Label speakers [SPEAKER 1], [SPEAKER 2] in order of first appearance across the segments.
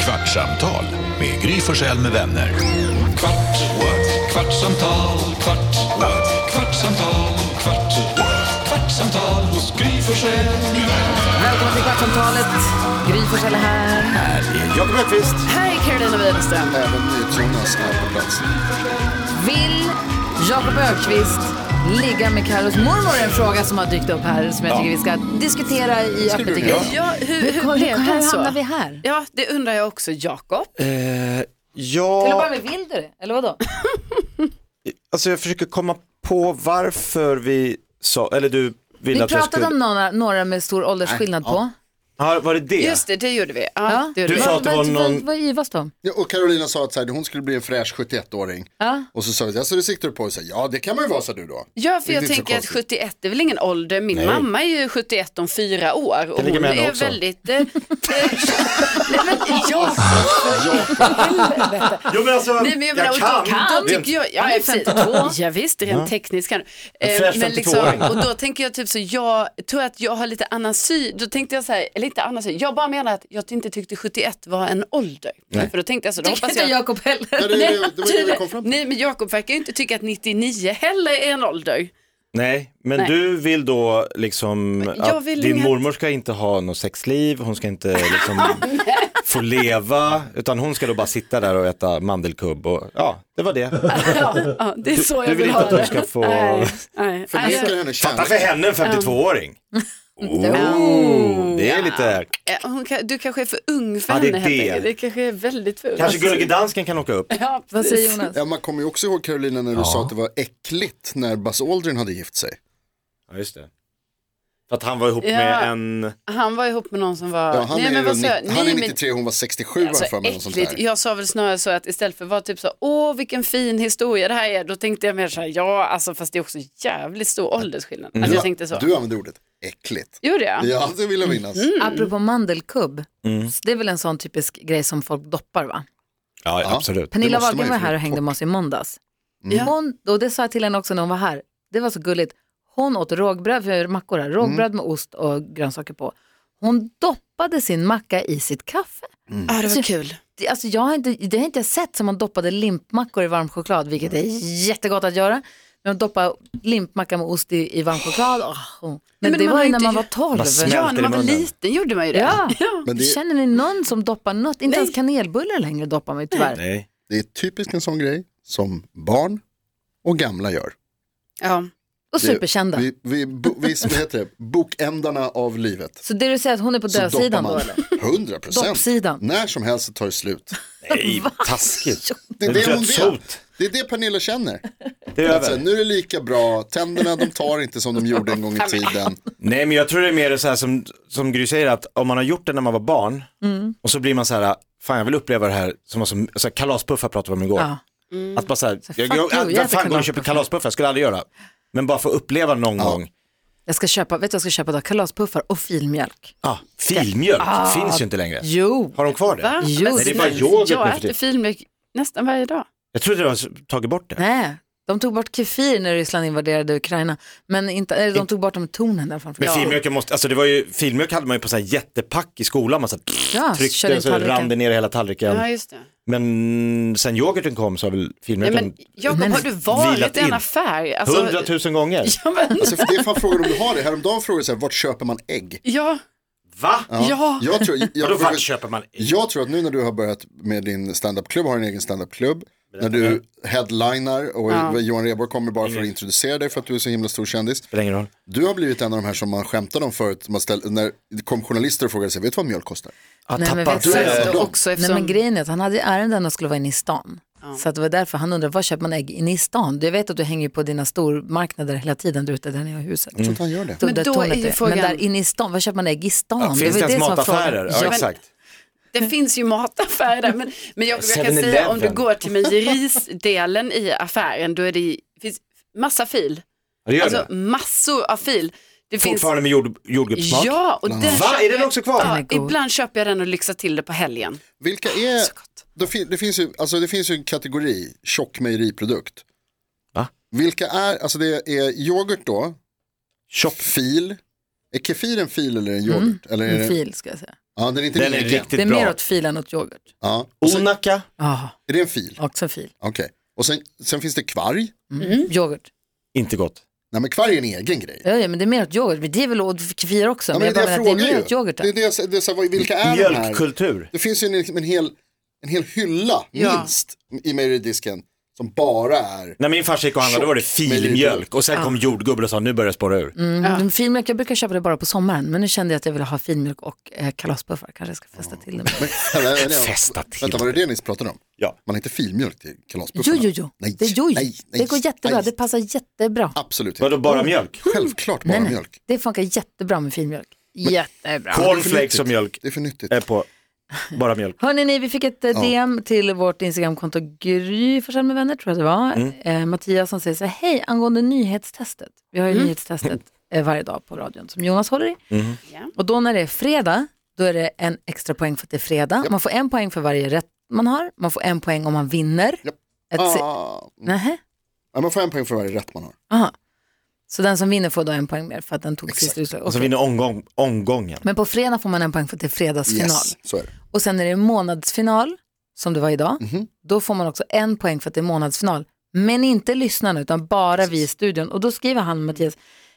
[SPEAKER 1] Kvartsamtal med Gry Forssell med vänner. Kvart, what? kvartsamtal, kvart, what? kvartsamtal, kvart, what? kvartsamtal hos Gry Forssell med vänner.
[SPEAKER 2] Välkommen till Kvartsamtalet. Gry Forssell är här.
[SPEAKER 3] Jakob Högqvist.
[SPEAKER 2] Här är Carolina Widerström.
[SPEAKER 3] Även Jonas är på plats.
[SPEAKER 2] Vill Jakob Ökvist ligga med Carros mormor? är En fråga som har dykt upp här som jag tycker vi ska diskutera i öppet igen.
[SPEAKER 4] Ja, hur, hur
[SPEAKER 2] Hur,
[SPEAKER 4] blev det
[SPEAKER 2] hur
[SPEAKER 4] så?
[SPEAKER 2] hamnar vi här?
[SPEAKER 4] Ja, det undrar jag också. Jakob?
[SPEAKER 3] Eh,
[SPEAKER 2] Till att
[SPEAKER 3] ja,
[SPEAKER 2] börja med, vill du det? Eller vadå?
[SPEAKER 3] alltså jag försöker komma på varför vi sa, eller du ville
[SPEAKER 2] Vi
[SPEAKER 3] att jag skulle...
[SPEAKER 2] pratade om några, några med stor åldersskillnad på.
[SPEAKER 3] Ja, var det det?
[SPEAKER 4] Just det, det gjorde vi. Ja,
[SPEAKER 2] Ja.
[SPEAKER 4] det gjorde
[SPEAKER 3] Du
[SPEAKER 4] vi.
[SPEAKER 3] sa- att det var
[SPEAKER 2] Vad- vad-
[SPEAKER 3] någon-
[SPEAKER 2] Vad yvas de?
[SPEAKER 5] Ja, och Carolina sa att så här, hon skulle bli en fräsch 71-åring.
[SPEAKER 2] Ja.
[SPEAKER 5] Och så sa vi, alltså det siktar du på? Och så här, ja, det kan man ju vara, sa du då.
[SPEAKER 4] ja, för
[SPEAKER 5] Det är
[SPEAKER 4] jag
[SPEAKER 5] inte så
[SPEAKER 4] tänker att
[SPEAKER 5] konstigt.
[SPEAKER 4] 71 är väl ingen ålder. Min mamma är ju 71 om fyra år och
[SPEAKER 3] ligger
[SPEAKER 4] hon
[SPEAKER 3] med henne
[SPEAKER 4] är
[SPEAKER 3] också.
[SPEAKER 4] väldigt... Eh, eh, nej, men Jakob,
[SPEAKER 3] Jo men alltså,
[SPEAKER 4] nej, men jag menar, och då, då tycker jag... Ja,
[SPEAKER 2] Han är
[SPEAKER 4] precis.
[SPEAKER 2] 52.
[SPEAKER 4] Ja, visst, rent tekniskt kan
[SPEAKER 3] En
[SPEAKER 4] Eh,
[SPEAKER 3] fräsch
[SPEAKER 4] men
[SPEAKER 3] 52-åring.
[SPEAKER 4] Och då tänker jag typ så, jag tror att jag har lite annan syn. Då tänkte jag så här, eller inte annan syn. Jag bara menar att jag inte tyckte 71 var en ålder. För då tänkte jag så, då
[SPEAKER 2] Tycker
[SPEAKER 4] hoppas
[SPEAKER 2] inte
[SPEAKER 4] jag...
[SPEAKER 2] Jakob
[SPEAKER 5] Ja,
[SPEAKER 2] heller.
[SPEAKER 5] det, det, det var det vi
[SPEAKER 4] Tydligen.
[SPEAKER 5] kom fram till.
[SPEAKER 4] Nej men Jakob verkar ju inte tycka att 99 heller är en ålder.
[SPEAKER 3] Nej, men
[SPEAKER 4] Nej.
[SPEAKER 3] du vill då liksom
[SPEAKER 4] jag
[SPEAKER 3] att
[SPEAKER 4] vill
[SPEAKER 3] din
[SPEAKER 4] inget.
[SPEAKER 3] mormor ska inte ha något sexliv, hon ska inte liksom få leva, utan hon ska då bara sitta där och äta mandelkubb och ja, det var det.
[SPEAKER 4] Ja, det är så
[SPEAKER 3] Du
[SPEAKER 4] jag
[SPEAKER 3] vill
[SPEAKER 4] vill
[SPEAKER 3] inte
[SPEAKER 4] ha
[SPEAKER 3] att hon
[SPEAKER 4] det.
[SPEAKER 3] ska få...
[SPEAKER 4] Nej, nej.
[SPEAKER 5] Förnekar
[SPEAKER 4] Alltså,
[SPEAKER 5] henne
[SPEAKER 3] Fatta för
[SPEAKER 5] kärlek.
[SPEAKER 3] henne en 52-åring. Oh, det är lite...
[SPEAKER 4] eh, hon kan, du kanske är för ung för
[SPEAKER 3] Ja, det är
[SPEAKER 4] henne. helt
[SPEAKER 3] det.
[SPEAKER 4] enkelt. det kanske är väldigt för ung.
[SPEAKER 3] Kanske Gullige Dansken kan åka upp.
[SPEAKER 4] Ja,
[SPEAKER 2] Vad
[SPEAKER 4] precis.
[SPEAKER 2] säger Jonas?
[SPEAKER 5] Ja, man kommer ju också ihåg Carolina när du sa att det var äckligt när Buzz Aldrin hade gift sig.
[SPEAKER 3] Ja, just det. För att han var ihop
[SPEAKER 4] Ja.
[SPEAKER 3] med en...
[SPEAKER 4] Han var ihop med någon som var...
[SPEAKER 5] Ja, han, är,
[SPEAKER 4] vad
[SPEAKER 5] runt
[SPEAKER 4] sa jag?
[SPEAKER 5] 90 han är
[SPEAKER 4] men-
[SPEAKER 5] 93, hon var 67 var
[SPEAKER 4] Alltså,
[SPEAKER 5] jag för mig. något sånt
[SPEAKER 4] äckligt.
[SPEAKER 5] där.
[SPEAKER 4] Jag sa väl snarare så att istället för att vara typ så, åh vilken fin historia det här är, då tänkte jag mer så här, ja alltså fast det är också jävligt stor åldersskillnad.
[SPEAKER 3] Mm.
[SPEAKER 4] Alltså, jag tänkte så. Mm.
[SPEAKER 5] Du använde ordet äckligt.
[SPEAKER 4] Gjorde jag?
[SPEAKER 5] Ja, det vill jag minnas.
[SPEAKER 2] Apropå mandelkubb,
[SPEAKER 3] Mm.
[SPEAKER 2] det är väl en sån typisk grej som folk doppar va?
[SPEAKER 3] Ja,
[SPEAKER 5] Ja.
[SPEAKER 3] absolut.
[SPEAKER 2] Pernilla
[SPEAKER 5] Det måste man
[SPEAKER 2] Wahlgren var
[SPEAKER 5] ju
[SPEAKER 2] här och
[SPEAKER 5] få
[SPEAKER 2] hängde
[SPEAKER 5] bort.
[SPEAKER 2] med oss i måndags.
[SPEAKER 5] Mm.
[SPEAKER 2] Hon, och det sa jag till henne också när hon var här. Det var så gulligt. Hon åt rågbröd, för mackor här, rågbröd
[SPEAKER 5] Mm.
[SPEAKER 2] med ost och grönsaker på. Hon doppade sin macka i sitt kaffe.
[SPEAKER 4] Ja, det var kul.
[SPEAKER 2] Det, alltså jag har inte, det har inte jag sett som man doppade limpmackor i varm choklad, vilket är
[SPEAKER 5] Mm.
[SPEAKER 2] jättegott att göra. Men att doppa limpmacka med ost i, i varm choklad, åh. men,
[SPEAKER 4] men
[SPEAKER 2] det
[SPEAKER 4] man
[SPEAKER 2] var
[SPEAKER 4] har
[SPEAKER 2] ju när
[SPEAKER 4] inte
[SPEAKER 2] man
[SPEAKER 4] ju-
[SPEAKER 2] var tolv.
[SPEAKER 3] Vad smälter
[SPEAKER 4] Ja, när man var
[SPEAKER 3] munnen.
[SPEAKER 4] liten gjorde man ju det.
[SPEAKER 2] Ja.
[SPEAKER 5] Men det,
[SPEAKER 2] Känner ni någon som doppar något? Inte ens kanelbullar längre doppar man ju tyvärr.
[SPEAKER 3] Nej.
[SPEAKER 5] det är typiskt en sån grej som barn och gamla gör.
[SPEAKER 4] Ja.
[SPEAKER 2] Och
[SPEAKER 5] Det-
[SPEAKER 2] superkända.
[SPEAKER 5] Vi, vi, bo, vi, vad heter det? Bokändarna av livet.
[SPEAKER 2] Så det du säger att hon är på
[SPEAKER 5] Så
[SPEAKER 2] dödsidan
[SPEAKER 5] doppar
[SPEAKER 2] då
[SPEAKER 5] man
[SPEAKER 2] eller?
[SPEAKER 5] 100 procent.
[SPEAKER 2] Doppsidan.
[SPEAKER 5] När som helst så tar det slut.
[SPEAKER 3] Nej, taskigt.
[SPEAKER 5] Det är
[SPEAKER 3] Det är
[SPEAKER 5] det hon
[SPEAKER 3] dödshot.
[SPEAKER 5] vet. Det är det Pernilla känner.
[SPEAKER 3] Det är
[SPEAKER 5] Alltså,
[SPEAKER 3] över.
[SPEAKER 5] nu är det lika bra, tänderna de tar inte som de gjorde en gång i tiden.
[SPEAKER 3] Nej, men jag tror det är mer så här som, som Gry säger att om man har gjort det när man var barn
[SPEAKER 2] Mm.
[SPEAKER 3] och så blir man så här, fan jag vill uppleva det här som var som, så här, kalaspuffar pratade vi om igår. Mm.
[SPEAKER 2] Ja.
[SPEAKER 3] Att bara så här, jag,
[SPEAKER 2] fuck
[SPEAKER 3] jag,
[SPEAKER 2] you,
[SPEAKER 3] jag,
[SPEAKER 2] jag
[SPEAKER 3] vem
[SPEAKER 2] äter
[SPEAKER 3] fan går och köper
[SPEAKER 2] kalaspuffar.
[SPEAKER 3] kalaspuffar, skulle aldrig göra. Men bara få uppleva någon gång,
[SPEAKER 2] Jag ska köpa, vet du vad jag ska köpa då? Kalaspuffar och filmjölk.
[SPEAKER 3] ah, filmjölk
[SPEAKER 2] Ah.
[SPEAKER 3] finns ju inte längre.
[SPEAKER 2] Jo,
[SPEAKER 3] Har de kvar det?
[SPEAKER 4] Va?
[SPEAKER 2] Jo,
[SPEAKER 4] Men
[SPEAKER 2] det
[SPEAKER 4] snälla,
[SPEAKER 3] är bara yoghurt nu
[SPEAKER 4] Jag
[SPEAKER 3] för
[SPEAKER 4] äter
[SPEAKER 3] tiden.
[SPEAKER 4] filmjölk nästan varje dag.
[SPEAKER 3] Jag trodde de hade tagit bort det.
[SPEAKER 2] nej. De tog bort kefir när Ryssland invaderade Ukraina. Men inte, eller de tog bort de tornen där framför.
[SPEAKER 3] Men filmjölken måste, alltså det var ju, filmjölk hade man ju på sån här jättepack i skolan, man så här,
[SPEAKER 2] Ja, Ah, körde
[SPEAKER 3] tryckte
[SPEAKER 2] in
[SPEAKER 3] så rann
[SPEAKER 2] tallriken.
[SPEAKER 3] det ner i hela tallriken.
[SPEAKER 4] Ja, just det.
[SPEAKER 3] Men sen yoghurten kom så har väl
[SPEAKER 4] Nej,
[SPEAKER 3] filmjölken
[SPEAKER 4] men Jakob, har du
[SPEAKER 3] vilat
[SPEAKER 4] varit i en
[SPEAKER 3] in.
[SPEAKER 4] affär? Alltså,
[SPEAKER 3] hundratusen gånger.
[SPEAKER 4] Ja, men,
[SPEAKER 5] Alltså, för det är fan frågan om du har det. Häromdagen frågade jag så här, vart köper man ägg?
[SPEAKER 4] ja,
[SPEAKER 3] Va?
[SPEAKER 4] ja.
[SPEAKER 5] Jag tror, jag,
[SPEAKER 3] Vadå vart
[SPEAKER 5] jag,
[SPEAKER 3] köper man?
[SPEAKER 5] jag tror att nu när du har börjat med din standupklubb, har en egen standupklubb, när du headliner och Johan Rheborg kommer bara för att introducera dig för att du är så himla stor kändis.
[SPEAKER 3] Spelar ingen roll.
[SPEAKER 5] Du har blivit en av de här som man skämtade om förut, man ställ, när det kom journalister och frågade sig, vet du vad mjölk kostar?
[SPEAKER 3] Ja,
[SPEAKER 2] Nej, men
[SPEAKER 3] tappat.
[SPEAKER 2] vet du-
[SPEAKER 3] eh,
[SPEAKER 4] Sen
[SPEAKER 5] de-
[SPEAKER 4] då också
[SPEAKER 2] Nej,
[SPEAKER 4] eftersom...
[SPEAKER 2] men grejen är att han hade ju ärenden och skulle vara inne i stan. Så att det var därför han undrade, var köper man ägg inne i stan? Jag vet att du hänger ju på dina stormarknader hela tiden där ute där ni har huset.
[SPEAKER 5] Jag tror
[SPEAKER 3] Mm.
[SPEAKER 5] inte han gör det.
[SPEAKER 2] Så
[SPEAKER 4] Men
[SPEAKER 2] där
[SPEAKER 4] då är
[SPEAKER 2] tornet
[SPEAKER 4] ju
[SPEAKER 2] Men
[SPEAKER 4] frågan-
[SPEAKER 2] där inne i stan, var köper man ägg i stan?
[SPEAKER 3] ja, finns det
[SPEAKER 2] var ju
[SPEAKER 3] ens
[SPEAKER 2] som var frågan.
[SPEAKER 3] mataffärer? Ja,
[SPEAKER 2] Ja.
[SPEAKER 3] exakt.
[SPEAKER 4] Det finns ju mataffärer där, men, men jag, jag kan
[SPEAKER 3] 7-Eleven.
[SPEAKER 4] säga om du går till mejerisdelen i affären, då är det ju- finns massa fil.
[SPEAKER 3] Ja, det gör
[SPEAKER 4] Alltså
[SPEAKER 3] det.
[SPEAKER 4] massor av fil. Det finns,
[SPEAKER 3] Fortfarande med jord, jordgubbssmak?
[SPEAKER 4] ja, och den
[SPEAKER 3] Va?
[SPEAKER 4] köper
[SPEAKER 3] Är den
[SPEAKER 4] jag-
[SPEAKER 3] också kvar?
[SPEAKER 2] Den är
[SPEAKER 4] Ja,
[SPEAKER 2] god.
[SPEAKER 4] ibland köper jag den och lyxar till det på helgen.
[SPEAKER 5] Vilka är,
[SPEAKER 4] Så gott.
[SPEAKER 5] det, fin, det, finns ju, alltså det finns ju en kategori, tjock mejeriprodukt.
[SPEAKER 3] Va?
[SPEAKER 5] Vilka är, alltså det är yoghurt då,
[SPEAKER 3] Tjock.
[SPEAKER 5] fil, är kefir en fil eller en yoghurt? Eller är
[SPEAKER 2] Mm, En
[SPEAKER 5] det,
[SPEAKER 3] Mm.
[SPEAKER 2] fil ska jag säga.
[SPEAKER 5] Ja, den är inte
[SPEAKER 3] Den är
[SPEAKER 5] lika.
[SPEAKER 3] riktigt
[SPEAKER 2] Det är mer
[SPEAKER 3] bra.
[SPEAKER 2] åt filen åt yoghurt.
[SPEAKER 5] Ja,
[SPEAKER 3] Onaka,
[SPEAKER 2] Ja,
[SPEAKER 5] är det en fil?
[SPEAKER 2] också fil. Mm.
[SPEAKER 5] Okej. Och sen, sen finns det kvarg.
[SPEAKER 2] Yoghurt.
[SPEAKER 3] inte gott.
[SPEAKER 5] Nej, men kvarg är en egen grej.
[SPEAKER 2] Ja, ja, men det är mer åt yoghurt. Men det är väl åt fil också.
[SPEAKER 5] Ja,
[SPEAKER 2] men jag
[SPEAKER 5] det
[SPEAKER 2] bara
[SPEAKER 5] jag
[SPEAKER 2] menar att det är
[SPEAKER 5] frågar
[SPEAKER 2] mer
[SPEAKER 5] ju.
[SPEAKER 2] åt yoghurt.
[SPEAKER 5] Det är det jag säger, det är så här, vad- vilka är de här?
[SPEAKER 3] Mjölkkultur.
[SPEAKER 5] Det finns ju en, en, hel, en hel hylla,
[SPEAKER 4] Ja.
[SPEAKER 5] minst, i mejeridisken som bara är
[SPEAKER 3] När min farsa gick och handlade då var det filmjölk och sen kom jordgubben och sa nu börjar det spåra ur.
[SPEAKER 2] Mm, den Filmjölk, jag brukar köpa det bara på sommaren. Men nu kände jag att jag ville ha filmjölk och eh, kalaspuffar. Kanske jag ska fästa till det. med-
[SPEAKER 3] Festa till.
[SPEAKER 5] Vänta, var det det ni pratade om?
[SPEAKER 3] Ja.
[SPEAKER 5] Man har inte filmjölk till
[SPEAKER 2] Jo,
[SPEAKER 5] kalasbuffarna?
[SPEAKER 2] jo, jo.
[SPEAKER 5] Nej,
[SPEAKER 2] det, är jo, jo.
[SPEAKER 5] nej, nej,
[SPEAKER 2] det går jättebra.
[SPEAKER 5] nej.
[SPEAKER 2] Det passar jättebra.
[SPEAKER 5] Absolut inte.
[SPEAKER 3] Vadå bara mjölk?
[SPEAKER 5] Självklart bara mjölk.
[SPEAKER 2] Det funkar jättebra med filmjölk. Jättebra.
[SPEAKER 3] Cornflakes och mjölk
[SPEAKER 5] Det är för nyttigt.
[SPEAKER 3] är på bara mjölk.
[SPEAKER 2] Hörrni, ni, vi fick ett eh, DM till vårt Instagramkonto Gry Forssell med vänner, tror jag det var.
[SPEAKER 5] Mm.
[SPEAKER 2] Eh, Mattias som säger så här, hej, angående nyhetstestet. Vi
[SPEAKER 5] Mm.
[SPEAKER 2] har ju nyhetstestet eh, varje dag på radion som Jonas håller i.
[SPEAKER 4] Ja.
[SPEAKER 2] Och då när det är fredag, då är det en extra poäng för att det är fredag. Man får en poäng för varje rätt man har. Man får en poäng om man vinner.
[SPEAKER 5] Japp.
[SPEAKER 2] Ett se-
[SPEAKER 5] Ah,
[SPEAKER 2] Nähä.
[SPEAKER 5] ja, man får en poäng för varje rätt man har.
[SPEAKER 2] Aha. Så den som vinner får då en poäng mer för att den tog sist utslag.
[SPEAKER 3] Och
[SPEAKER 5] Alltså,
[SPEAKER 3] så
[SPEAKER 2] Okej.
[SPEAKER 3] vinner omgång, omgången.
[SPEAKER 2] Men på fredag får man en poäng för att det är fredagsfinal.
[SPEAKER 5] Yes, så är det.
[SPEAKER 2] Och sen är det månadsfinal, som det var idag. Då får man också en poäng för att det är månadsfinal. Men inte lyssnarna, utan bara vi i studion. Och då skriver han, Mattias,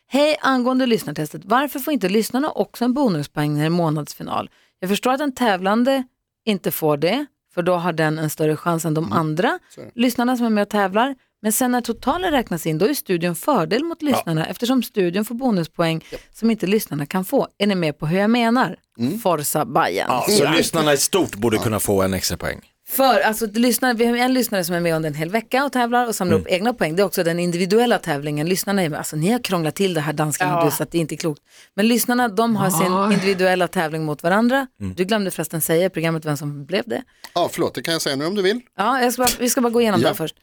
[SPEAKER 2] hej angående lyssnartestet, varför får inte lyssnarna också en bonuspoäng när det är månadsfinal? Jag förstår att en tävlande inte får det, för då har den en större chans än de andra lyssnarna som är med och tävlar. Men sen när totalen räknas in, då är studion fördel mot lyssnarna eftersom studion får bonuspoäng som inte lyssnarna kan få. Är ni med på hur jag menar? Forza Bajen.
[SPEAKER 3] Ja, så lyssnarna i stort borde kunna få en extra poäng.
[SPEAKER 2] För alltså, det lyssnar, vi har en lyssnare som är med under en hel vecka och tävlar och samlar upp egna poäng. Det är också den individuella tävlingen. Lyssnarna är med. Alltså, ni har krånglat till det här danskarna
[SPEAKER 4] Ja.
[SPEAKER 2] du, så att det inte är klokt. Men lyssnarna, de har sin individuella tävling mot varandra. Du glömde förresten säga i programmet vem som blev det.
[SPEAKER 5] Ja, förlåt, det kan jag säga nu om du vill.
[SPEAKER 2] Ja, jag ska bara, vi ska bara gå igenom
[SPEAKER 5] Ja.
[SPEAKER 2] det först.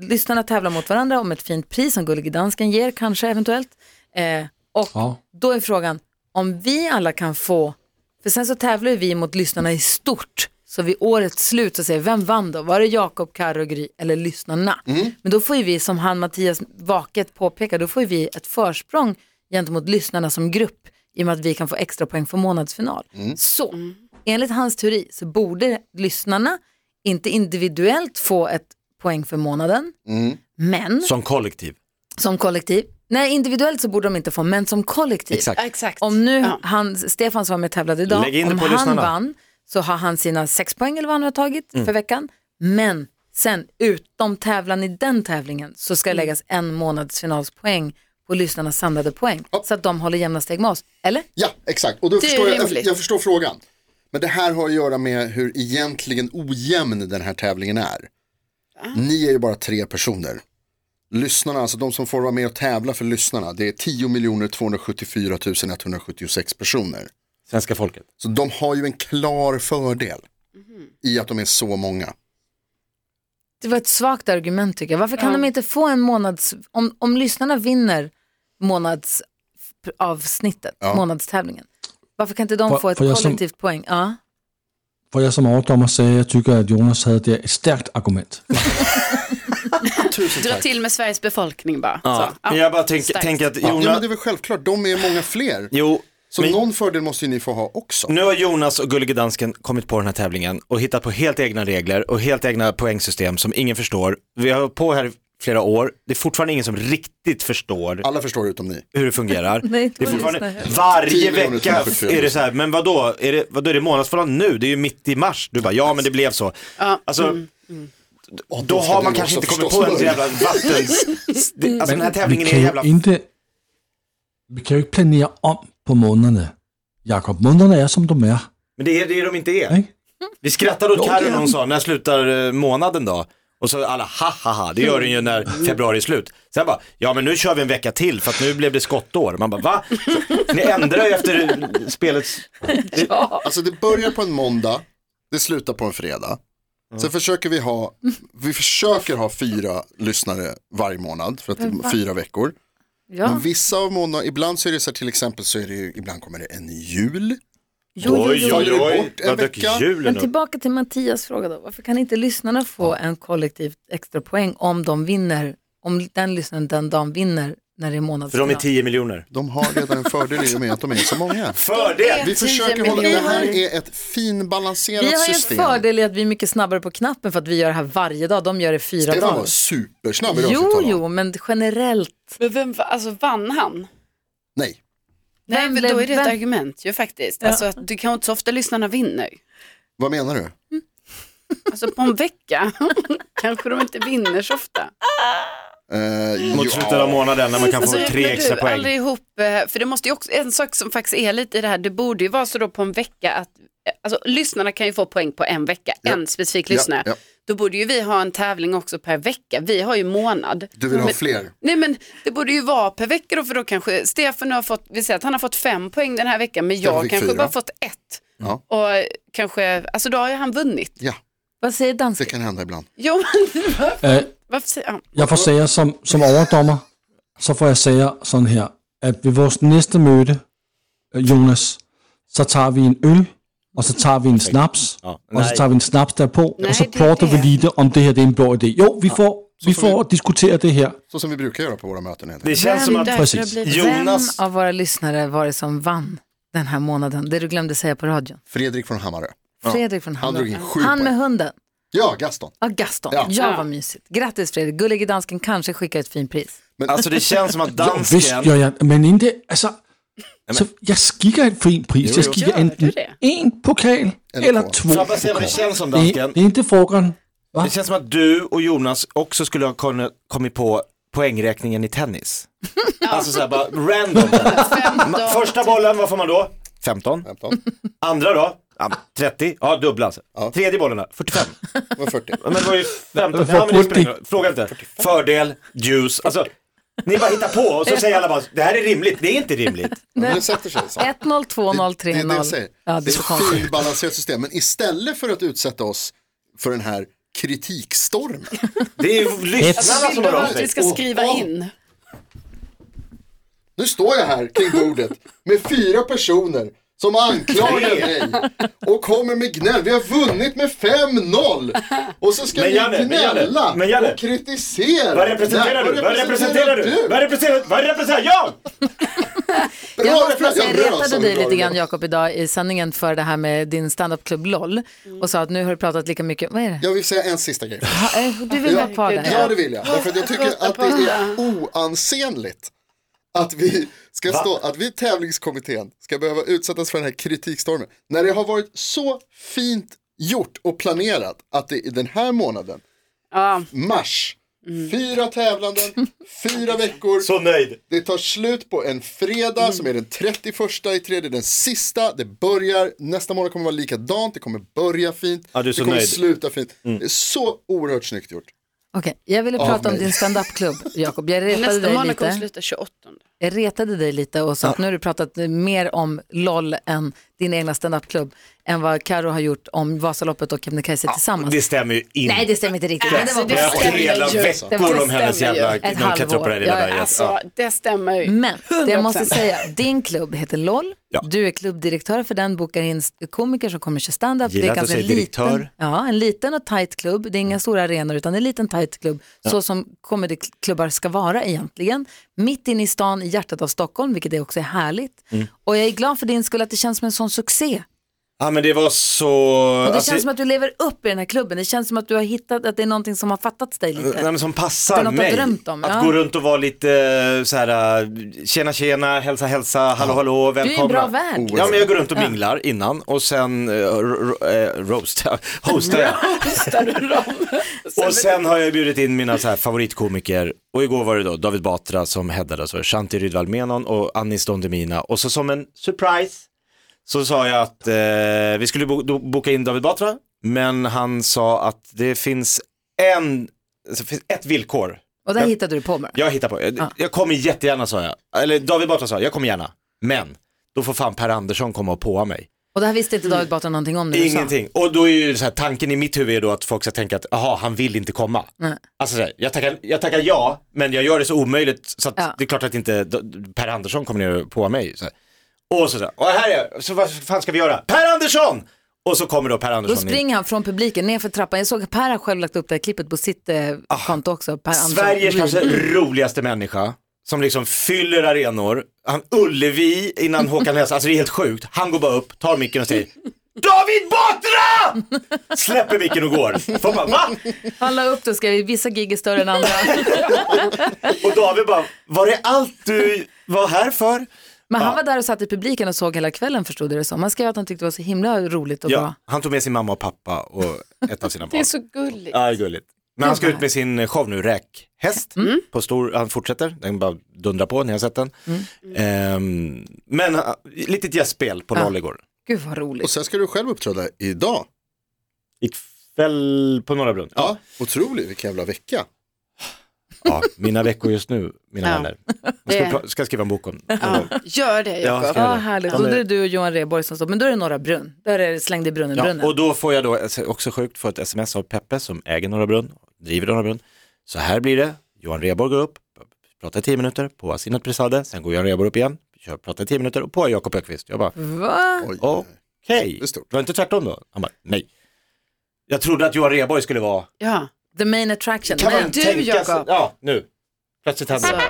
[SPEAKER 2] Lyssnarna tävlar mot varandra om ett fint pris som Gullige Dansken ger, kanske eventuellt. Eh, och då är frågan om vi alla kan få, för sen så tävlar ju vi mot lyssnarna i stort. Så vid årets slut så säger vi, vem vann då? Var det Jakob, Karo, Gry eller lyssnarna? Men då får ju vi, som han Mattias vaket påpekar, då får ju vi ett försprång gentemot lyssnarna som grupp i och med att vi kan få extra poäng för månadsfinal. Så enligt hans teori så borde lyssnarna inte individuellt få ett poäng för månaden,
[SPEAKER 3] Mm.
[SPEAKER 2] men
[SPEAKER 3] Som kollektiv.
[SPEAKER 2] som kollektiv, nej individuellt så borde de inte få, men som kollektiv.
[SPEAKER 3] Exakt.
[SPEAKER 4] Ja, exakt.
[SPEAKER 2] Om nu
[SPEAKER 4] Ja.
[SPEAKER 2] han, Stefan som var med och tävlade idag,
[SPEAKER 3] Lägg in det
[SPEAKER 2] om
[SPEAKER 3] på
[SPEAKER 2] han
[SPEAKER 3] lyssnarna. Mm.
[SPEAKER 2] vann så har han sina sex poäng eller vad han har tagit för veckan. Men sen utom tävlan i den tävlingen så ska det läggas en månads finalspoäng på lyssnarnas samlade poäng. Så att de håller jämna steg med oss, eller?
[SPEAKER 5] Ja, exakt. Och då
[SPEAKER 4] är
[SPEAKER 5] förstår jag, alltså,
[SPEAKER 4] rimligt.
[SPEAKER 5] jag förstår frågan. Men det här har att göra med hur egentligen ojämn den här tävlingen är. Ni är ju bara tre personer. Lyssnarna, alltså de som får vara med och tävla för lyssnarna, det är 10 274 176 personer.
[SPEAKER 3] Svenska folket.
[SPEAKER 5] Så de har ju en klar fördel i att de är så många.
[SPEAKER 2] Det var ett svagt argument tycker jag. Varför kan de inte få en månads... Om, om lyssnarna vinner månadsavsnittet, månadstävlingen, varför kan inte de
[SPEAKER 6] Får-
[SPEAKER 2] få ett
[SPEAKER 6] får jag som-
[SPEAKER 2] kollektivt poäng? Ja.
[SPEAKER 6] For jeg som overdommer sagde, at jeg tykker, at Jonas havde der et stærkt argument.
[SPEAKER 4] Dra till med Sveriges befolkning bara.
[SPEAKER 3] Ja.
[SPEAKER 4] Så. Ja.
[SPEAKER 3] Men jag bara tänker
[SPEAKER 4] Starkt.
[SPEAKER 3] tänker att
[SPEAKER 5] Ja, men det är
[SPEAKER 3] Jonas,
[SPEAKER 5] väl självklart, de är många fler.
[SPEAKER 3] jo,
[SPEAKER 5] Så
[SPEAKER 3] men-
[SPEAKER 5] någon fördel måste ju ni få ha också.
[SPEAKER 3] nu har Jonas och Gullige Dansken kommit på den här tävlingen och hittat på helt egna regler och helt egna poängsystem som ingen förstår. Vi har hållit på här i flera år, det är fortfarande ingen som riktigt förstår
[SPEAKER 5] Alla förstår utom ni.
[SPEAKER 3] hur det fungerar.
[SPEAKER 2] Nej,
[SPEAKER 3] det är
[SPEAKER 2] inte
[SPEAKER 3] fortfarande,
[SPEAKER 2] lyssna heller.
[SPEAKER 3] varje
[SPEAKER 5] 10 miljoner
[SPEAKER 3] vecka
[SPEAKER 5] tusen
[SPEAKER 3] är det så här, men vadå, är det, vadå, är det månadsförhållande nu? Det är ju mitt i mars. Du bara, ja men det blev så. Alltså, då har man kanske inte kommit på en så jävla vattens... det- Alltså den här tävlingen
[SPEAKER 6] vi,
[SPEAKER 3] är en
[SPEAKER 6] kan
[SPEAKER 3] jävla...
[SPEAKER 6] jo ikke, vi kan jo ikke planere om på månederne. Jakob, månederne är som de er.
[SPEAKER 3] Men det är det de inte är.
[SPEAKER 6] Ikke?
[SPEAKER 3] Vi skrattade åt
[SPEAKER 6] Ja,
[SPEAKER 3] Carro
[SPEAKER 6] det är-
[SPEAKER 3] när hon sa, när slutar eh, månaden då? Och så alla, ha ha ha, det gör den
[SPEAKER 5] Mm.
[SPEAKER 3] ju när februari är slut. Sen bara, ja men nu kör vi en vecka till för att nu blev det skottår. Man bara, va? Så, Ni ändrar ju efter spelets...
[SPEAKER 5] Alltså det börjar på en måndag, det slutar på en fredag. Sen försöker vi ha, vi försöker ha fyra lyssnare varje månad för att det är fyra veckor. Men
[SPEAKER 2] ja.
[SPEAKER 5] vissa av månaderna, ibland så är det så här, till exempel så är det ju, ibland kommer det en jul.
[SPEAKER 2] Jo, jo, jo.
[SPEAKER 5] oj. bort en
[SPEAKER 3] vad dök
[SPEAKER 5] vecka.
[SPEAKER 3] julen
[SPEAKER 2] Men
[SPEAKER 3] upp?
[SPEAKER 2] tillbaka till Mattias fråga då. Varför kan inte lyssnarna få en kollektivt extra poäng om de vinner, om den lyssnaren den dagen vinner när det är
[SPEAKER 3] För de är
[SPEAKER 2] månadsfinal.
[SPEAKER 3] 10 miljoner.
[SPEAKER 5] De har redan en fördel i och med att de är så många.
[SPEAKER 3] Fördel!
[SPEAKER 5] Vi
[SPEAKER 4] 10
[SPEAKER 5] försöker hålla, det här
[SPEAKER 4] miljoner.
[SPEAKER 5] är ett finbalanserat
[SPEAKER 2] Vi har ju en
[SPEAKER 5] system.
[SPEAKER 2] fördel i att vi är mycket snabbare på knappen för att vi gör det här varje dag. De gör det fyra
[SPEAKER 5] Det var
[SPEAKER 2] dagar.
[SPEAKER 5] supersnabb i det
[SPEAKER 2] Jo,
[SPEAKER 5] avsnittet.
[SPEAKER 2] jo, men generellt.
[SPEAKER 4] Men vem, alltså vann han?
[SPEAKER 5] Nej,
[SPEAKER 4] Nej,
[SPEAKER 2] Vem
[SPEAKER 4] men då
[SPEAKER 2] blev-
[SPEAKER 4] är det ett
[SPEAKER 2] vem-
[SPEAKER 4] argument ju faktiskt. Alltså att det kan inte så ofta lyssnarna vinner.
[SPEAKER 5] vad menar du?
[SPEAKER 4] Alltså på en vecka kanske de inte vinner så ofta.
[SPEAKER 5] Eh,
[SPEAKER 3] Mot
[SPEAKER 5] ja.
[SPEAKER 3] slutet av månaden när man kan få
[SPEAKER 4] räknar
[SPEAKER 3] tre extra
[SPEAKER 4] Alltså, du
[SPEAKER 3] poäng.
[SPEAKER 4] aldrig ihop, eh, för det måste ju också, en sak som faktiskt är lite i det här, det borde ju vara så då på en vecka att, eh, alltså lyssnarna kan ju få poäng på en vecka, en specifik
[SPEAKER 5] Ja,
[SPEAKER 4] lyssnare.
[SPEAKER 5] ja.
[SPEAKER 4] Då borde ju vi ha en tävling också per vecka, vi har ju månad.
[SPEAKER 5] Du vill ha
[SPEAKER 4] Men-
[SPEAKER 5] fler?
[SPEAKER 4] Nej men det borde ju vara per vecka då för då kanske Stefan har fått, vi säger att han har fått fem poäng den här veckan men
[SPEAKER 5] Stefan
[SPEAKER 4] jag
[SPEAKER 5] fick
[SPEAKER 4] kanske
[SPEAKER 5] fyra.
[SPEAKER 4] bara fått ett.
[SPEAKER 5] Ja.
[SPEAKER 4] Och eh, kanske, alltså då har ju han vunnit.
[SPEAKER 5] Ja,
[SPEAKER 2] Vad säger
[SPEAKER 5] det
[SPEAKER 2] dansken?
[SPEAKER 5] kan hända ibland.
[SPEAKER 4] Jo men
[SPEAKER 6] Øh,
[SPEAKER 4] varför säger han?
[SPEAKER 6] jeg får sager som, som overdommer, så får jeg sager sådan her, at ved vores næste møde, øh, Jonas, så tager vi en øl, og så tager vi en snaps,
[SPEAKER 3] Ja.
[SPEAKER 6] og så tager vi en snaps derpå,
[SPEAKER 4] Nej,
[SPEAKER 6] og så
[SPEAKER 4] det er
[SPEAKER 6] porter vi
[SPEAKER 4] det.
[SPEAKER 6] lige det, om det her det er en blå idé. Jo, vi får, vi
[SPEAKER 5] får
[SPEAKER 6] får diskutere det her.
[SPEAKER 5] Så som vi brukar göra på våra möten. helt
[SPEAKER 3] Det
[SPEAKER 5] enkelt.
[SPEAKER 3] känns som att
[SPEAKER 4] dök?
[SPEAKER 6] Præcis.
[SPEAKER 4] Det blir-
[SPEAKER 3] Jonas,
[SPEAKER 2] Vem av våra lyssnare var det som vann den här månaden? Det du glömde säga på radion.
[SPEAKER 5] Fredrik från Hammarö.
[SPEAKER 2] Fredrik från
[SPEAKER 5] Han
[SPEAKER 2] Hammarö.
[SPEAKER 5] drog in sju
[SPEAKER 2] Han med
[SPEAKER 5] poäng.
[SPEAKER 2] hunden.
[SPEAKER 5] Ja, Gaston.
[SPEAKER 2] Ja, Gaston. Ja,
[SPEAKER 5] Ja.
[SPEAKER 2] vad mysigt. Grattis Fredrik. Gullige dansken kanske skickar ett fint pris.
[SPEAKER 3] alltså det känns som att
[SPEAKER 6] Jo, visst
[SPEAKER 3] dansken,
[SPEAKER 6] gør jeg, men ikke, altså, så jeg skikker en fri pris. jeg skikker
[SPEAKER 4] Gør du
[SPEAKER 6] enten
[SPEAKER 4] det?
[SPEAKER 6] en pokal eller,
[SPEAKER 5] to.
[SPEAKER 6] to.
[SPEAKER 3] Får jag bara säga vad det känns som
[SPEAKER 6] Det,
[SPEAKER 3] dansken?
[SPEAKER 6] det er ikke frokeren.
[SPEAKER 3] Det känns som att du och Jonas også skulle ha kunnat kommit på poängräkningen i tennis. Alltså såhär bara random. Ma- Första bollen, vad får man då? 15.
[SPEAKER 5] 15,
[SPEAKER 3] Andra då? Ja, 30. Ja, dubbla alltså.
[SPEAKER 5] Ja.
[SPEAKER 3] Tredje bollen då? 45.
[SPEAKER 5] det var 40.
[SPEAKER 3] Ja, Men det var ju 15. Ja, men det spelar ingen roll. Fråga inte. Fördel, juice, alltså. Ni bara hittar på och så säger alla bara, det här är rimligt, det är inte rimligt.
[SPEAKER 5] Men det sätter sig. Så.
[SPEAKER 2] 1-0, 2-0, 3-0.
[SPEAKER 5] Det är det jag säger.
[SPEAKER 2] Ja,
[SPEAKER 5] det är
[SPEAKER 2] det är
[SPEAKER 5] ett
[SPEAKER 2] konstigt.
[SPEAKER 5] finbalanserat system. Men istället för att utsätta oss för den här kritikstormen.
[SPEAKER 3] Det är ju lyssnarna
[SPEAKER 4] Vill
[SPEAKER 3] som
[SPEAKER 4] du
[SPEAKER 3] hör av
[SPEAKER 4] att
[SPEAKER 3] sig.
[SPEAKER 4] vi ska skriva in?
[SPEAKER 5] Nu står jag här kring bordet med fyra personer som anklagar mig och kommer med gnäll. Vi har vunnit med 5-0 och så ska
[SPEAKER 3] Men
[SPEAKER 5] ni
[SPEAKER 3] Janne, men Janne,
[SPEAKER 5] gnälla
[SPEAKER 3] men Janne.
[SPEAKER 5] och kritisera.
[SPEAKER 3] Vad representerar
[SPEAKER 5] Nej,
[SPEAKER 3] du? Vad representerar du? Vad representerar, vad representerar jag?
[SPEAKER 5] Bra
[SPEAKER 2] Jag måste bara
[SPEAKER 5] referens.
[SPEAKER 2] säga,
[SPEAKER 5] Ja, bra,
[SPEAKER 2] jag retade
[SPEAKER 5] sa
[SPEAKER 2] dig
[SPEAKER 5] du. Bra,
[SPEAKER 2] lite grann
[SPEAKER 5] bra.
[SPEAKER 2] Jakob idag i sändningen för det här med din standupklubb LOL och sa att nu har du pratat lika mycket, vad är det?
[SPEAKER 5] Jag vill säga en sista grej.
[SPEAKER 2] Ha, eh, Du vill vara kvar där?
[SPEAKER 5] Ja, det vill jag. Därför att jag tycker att det är oansenligt att vi, ska stå, att vi i tävlingskommittén ska behöva utsättas för den här kritikstormen. När det har varit så fint gjort och planerat att det i den här månaden,
[SPEAKER 4] Ja.
[SPEAKER 5] mars, fyra tävlanden, fyra veckor.
[SPEAKER 3] Så nöjd.
[SPEAKER 5] Det tar slut på en fredag som är den 31 i tredje, den sista. Det börjar, nästa månad kommer vara likadant, det kommer börja fint,
[SPEAKER 3] Ja, du är
[SPEAKER 5] det
[SPEAKER 3] så
[SPEAKER 5] kommer
[SPEAKER 3] nöjd. Mm.
[SPEAKER 5] sluta fint. Det är så oerhört snyggt gjort.
[SPEAKER 2] Okej, jag ville prata om
[SPEAKER 5] mig.
[SPEAKER 2] din standupklubb Jakob. Jag retade
[SPEAKER 4] Nästa
[SPEAKER 2] dig
[SPEAKER 4] månad kommer
[SPEAKER 2] lite.
[SPEAKER 4] sluta 28.
[SPEAKER 2] Jag retade dig lite och sa att nu har du pratat mer om LOL än din egna standupklubb än vad Karo har gjort om Vasaloppet och Kebnekaise tillsammans.
[SPEAKER 3] Det stämmer ju inte.
[SPEAKER 2] Nej, det stämmer inte riktigt. Men det var
[SPEAKER 4] Alltså,
[SPEAKER 3] Det
[SPEAKER 2] bra.
[SPEAKER 3] har
[SPEAKER 4] det
[SPEAKER 3] varit
[SPEAKER 2] Det
[SPEAKER 4] stämmer ju.
[SPEAKER 3] hela veckor
[SPEAKER 2] stämmer
[SPEAKER 3] om hennes
[SPEAKER 4] ju.
[SPEAKER 3] jävla
[SPEAKER 4] Ett
[SPEAKER 3] knockout-opera
[SPEAKER 2] halvår.
[SPEAKER 3] i hela
[SPEAKER 2] Ja,
[SPEAKER 3] berget.
[SPEAKER 4] Alltså det stämmer ju.
[SPEAKER 2] Men det jag måste
[SPEAKER 4] 100%.
[SPEAKER 2] säga, din klubb heter LOL.
[SPEAKER 3] Ja.
[SPEAKER 2] Du är klubbdirektör för den, bokar in komiker som kommer köra standup.
[SPEAKER 3] Gillar att du
[SPEAKER 2] ganska
[SPEAKER 3] säger direktör. Mm.
[SPEAKER 2] ja, en liten och tight klubb. Det är inga stora arenor utan en liten tight klubb. Så som comedyklubbar ska vara egentligen. Mitt inne i stan, i hjärtat av Stockholm, vilket det också är härligt.
[SPEAKER 3] Mm.
[SPEAKER 2] Och jag är glad för din skull att det känns som en sån succé.
[SPEAKER 3] Ja men det var så...
[SPEAKER 2] Och det
[SPEAKER 3] alltså,
[SPEAKER 2] känns som att du lever upp i den här klubben. Det känns som att du har hittat att det är någonting som har fattats dig lite.
[SPEAKER 3] Nej, men som
[SPEAKER 2] Det är
[SPEAKER 3] passar
[SPEAKER 2] något du
[SPEAKER 3] mig.
[SPEAKER 2] har drömt om,
[SPEAKER 3] att
[SPEAKER 2] ja.
[SPEAKER 3] gå runt och vara lite eh, så här, eh, tjena tjena, hälsa hälsa, hallå hallå,
[SPEAKER 2] du är en
[SPEAKER 3] välkomna. Oh,
[SPEAKER 2] bra värd.
[SPEAKER 3] Ja men jag går runt och minglar innan och sen eh, ro- ro- eh, roastar hostar jag. och sen har jag bjudit in mina så här favoritkomiker och igår var det då David Batra som headade så Shanti Rydwall Menon och Anis Don Demina och så som en surprise så sa jag att eh, vi skulle bo- do- boka in David Batra men han sa att det finns en, alltså, det finns ett villkor
[SPEAKER 2] Och där hittade du på mig.
[SPEAKER 3] jag hittar på. Jag, jag kommer jättegärna sa jag. Eller David Batra sa, jag kommer gärna. Men då får fan Per Andersson komma och påa mig.
[SPEAKER 2] Och det här visste inte David Batra någonting om när du sa.
[SPEAKER 3] Ingenting. Och då är ju så här, tanken i mitt huvud är då att folk ska tänka att, jaha, han vill inte komma.
[SPEAKER 2] Nej.
[SPEAKER 3] Alltså så här, jag, tackar, jag tackar ja, men jag gör det så omöjligt så att
[SPEAKER 2] Ja.
[SPEAKER 3] det är klart att inte d- d- Per Andersson kommer ner och påa mig. Så här. Och så, så, här, och här är jag, så vad fan ska vi göra? Per Andersson! Och så kommer då Per
[SPEAKER 2] Då
[SPEAKER 3] Andersson in.
[SPEAKER 2] springer han från publiken ner för trappan. Jag såg att Per har själv lagt upp det här klippet på sitt eh, konto också. Per Andersson.
[SPEAKER 3] Ah,
[SPEAKER 4] Mm.
[SPEAKER 3] Sveriges
[SPEAKER 2] Reed.
[SPEAKER 3] kanske roligaste människa. som liksom fyller arenor. Han, Ullevi innan Håkan Hellström, alltså det är helt sjukt. Han går bara upp, tar micken och säger David Batra! Släpper micken och går. Folk bara, va?
[SPEAKER 2] Alla upp då skrev vi vissa gig är större än andra.
[SPEAKER 3] Och David bara, var det allt du var här för?
[SPEAKER 2] Men han var där och satt i publiken och såg hela kvällen förstod du det som. Han skrev att han tyckte det var så himla roligt och bra.
[SPEAKER 3] Ja, han tog med sin mamma och pappa och ett av sina
[SPEAKER 4] Det
[SPEAKER 3] barn.
[SPEAKER 4] är så gulligt.
[SPEAKER 3] Ja, det är gulligt. Men han ska ut med sin show nu, Räkhäst.
[SPEAKER 4] Mm.
[SPEAKER 3] På stor, han fortsätter, den bara dundrar på, ni har sett den.
[SPEAKER 4] Mm.
[SPEAKER 3] Ehm, men uh, litet gästspel på noll igår.
[SPEAKER 2] Gud vad roligt.
[SPEAKER 5] Och sen ska du själv uppträda idag.
[SPEAKER 3] Ikväll på Norra Brunn.
[SPEAKER 5] Ja, otroligt, vilken jävla vecka.
[SPEAKER 3] Ja, mina veckor just nu, mina
[SPEAKER 4] Ja.
[SPEAKER 3] vänner. Jag ska,
[SPEAKER 4] Det-
[SPEAKER 3] pra- ska skriva en bok om.
[SPEAKER 4] Ja, gör det
[SPEAKER 3] Ja,
[SPEAKER 4] Jakob.
[SPEAKER 3] ska-
[SPEAKER 2] Ja, härligt.
[SPEAKER 3] Ja,
[SPEAKER 2] Och då
[SPEAKER 3] men-
[SPEAKER 2] är det du och Johan Rheborg som står, men då är det Norra Brunn. Där är det slängd i brunnen,
[SPEAKER 3] Ja,
[SPEAKER 2] brunnen.
[SPEAKER 3] och då får jag då, alltså, också sjukt, få ett sms av Peppe som äger Norra Brunn, driver Norra Brunn. Så här blir det, Johan Rheborg går upp, pratar i tio minuter, på Asinat Presade, sen går Johan Rheborg upp igen, kör, pratar i tio minuter och på Jakob Ökvist. Jag bara,
[SPEAKER 4] Mm.
[SPEAKER 2] Va?
[SPEAKER 5] Oj.
[SPEAKER 3] okej.
[SPEAKER 5] är stort.
[SPEAKER 3] Det var inte tvärtom då? Han bara, nej. Jag trodde att Johan Rheborg skulle vara...
[SPEAKER 4] Ja.
[SPEAKER 2] The main attraction.
[SPEAKER 3] Kan
[SPEAKER 2] Men,
[SPEAKER 3] man
[SPEAKER 4] du,
[SPEAKER 3] tänka sig-
[SPEAKER 4] Jakob.
[SPEAKER 3] Ja, nu. Plötsligt hände
[SPEAKER 4] Alltså,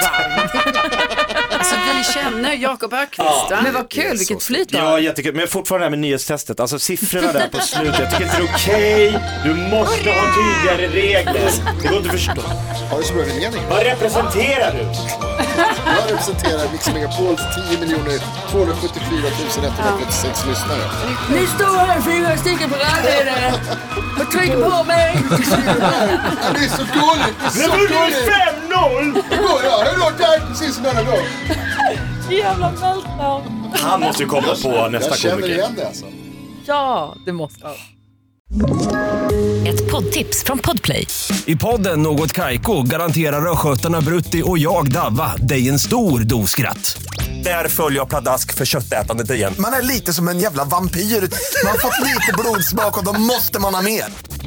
[SPEAKER 3] det.
[SPEAKER 4] alltså vi känner Jakob Öqvist va?
[SPEAKER 2] men vad kul, vilket flyt du
[SPEAKER 3] Ja,
[SPEAKER 2] har.
[SPEAKER 3] jättekul. Men fortfarande det här med nyhetstestet. Alltså siffrorna där på slutet. Jag tycker inte det är okej. Du måste ha tydligare regler. Det går inte att förstå.
[SPEAKER 5] Har du så bra mening?
[SPEAKER 3] Vad representerar du?
[SPEAKER 5] Jag representerar Mix Megapols 10 miljoner 274 136 lyssnare.
[SPEAKER 2] Ni står här fyrverkstycken på radion och trycker på mig.
[SPEAKER 5] Ja, Det är så dåligt! Det är
[SPEAKER 3] Det
[SPEAKER 5] så
[SPEAKER 3] var
[SPEAKER 5] dåligt!
[SPEAKER 3] 5-0!
[SPEAKER 5] Ja, jag har hört det här precis en annan gång.
[SPEAKER 2] Jävla meltdown.
[SPEAKER 3] Han måste ju komma på nästa
[SPEAKER 5] Jag känner
[SPEAKER 3] komiker.
[SPEAKER 5] igen det alltså.
[SPEAKER 2] Ja, det måste han.
[SPEAKER 7] Ett poddtips från Podplay.
[SPEAKER 8] I podden Något Kaiko garanterar östgötarna Brutti och jag, Davva, dig en stor dos skratt. Där följer jag pladask för köttätandet igen.
[SPEAKER 9] Man är lite som en jävla vampyr. Man har fått lite blodsmak och då måste man ha mer.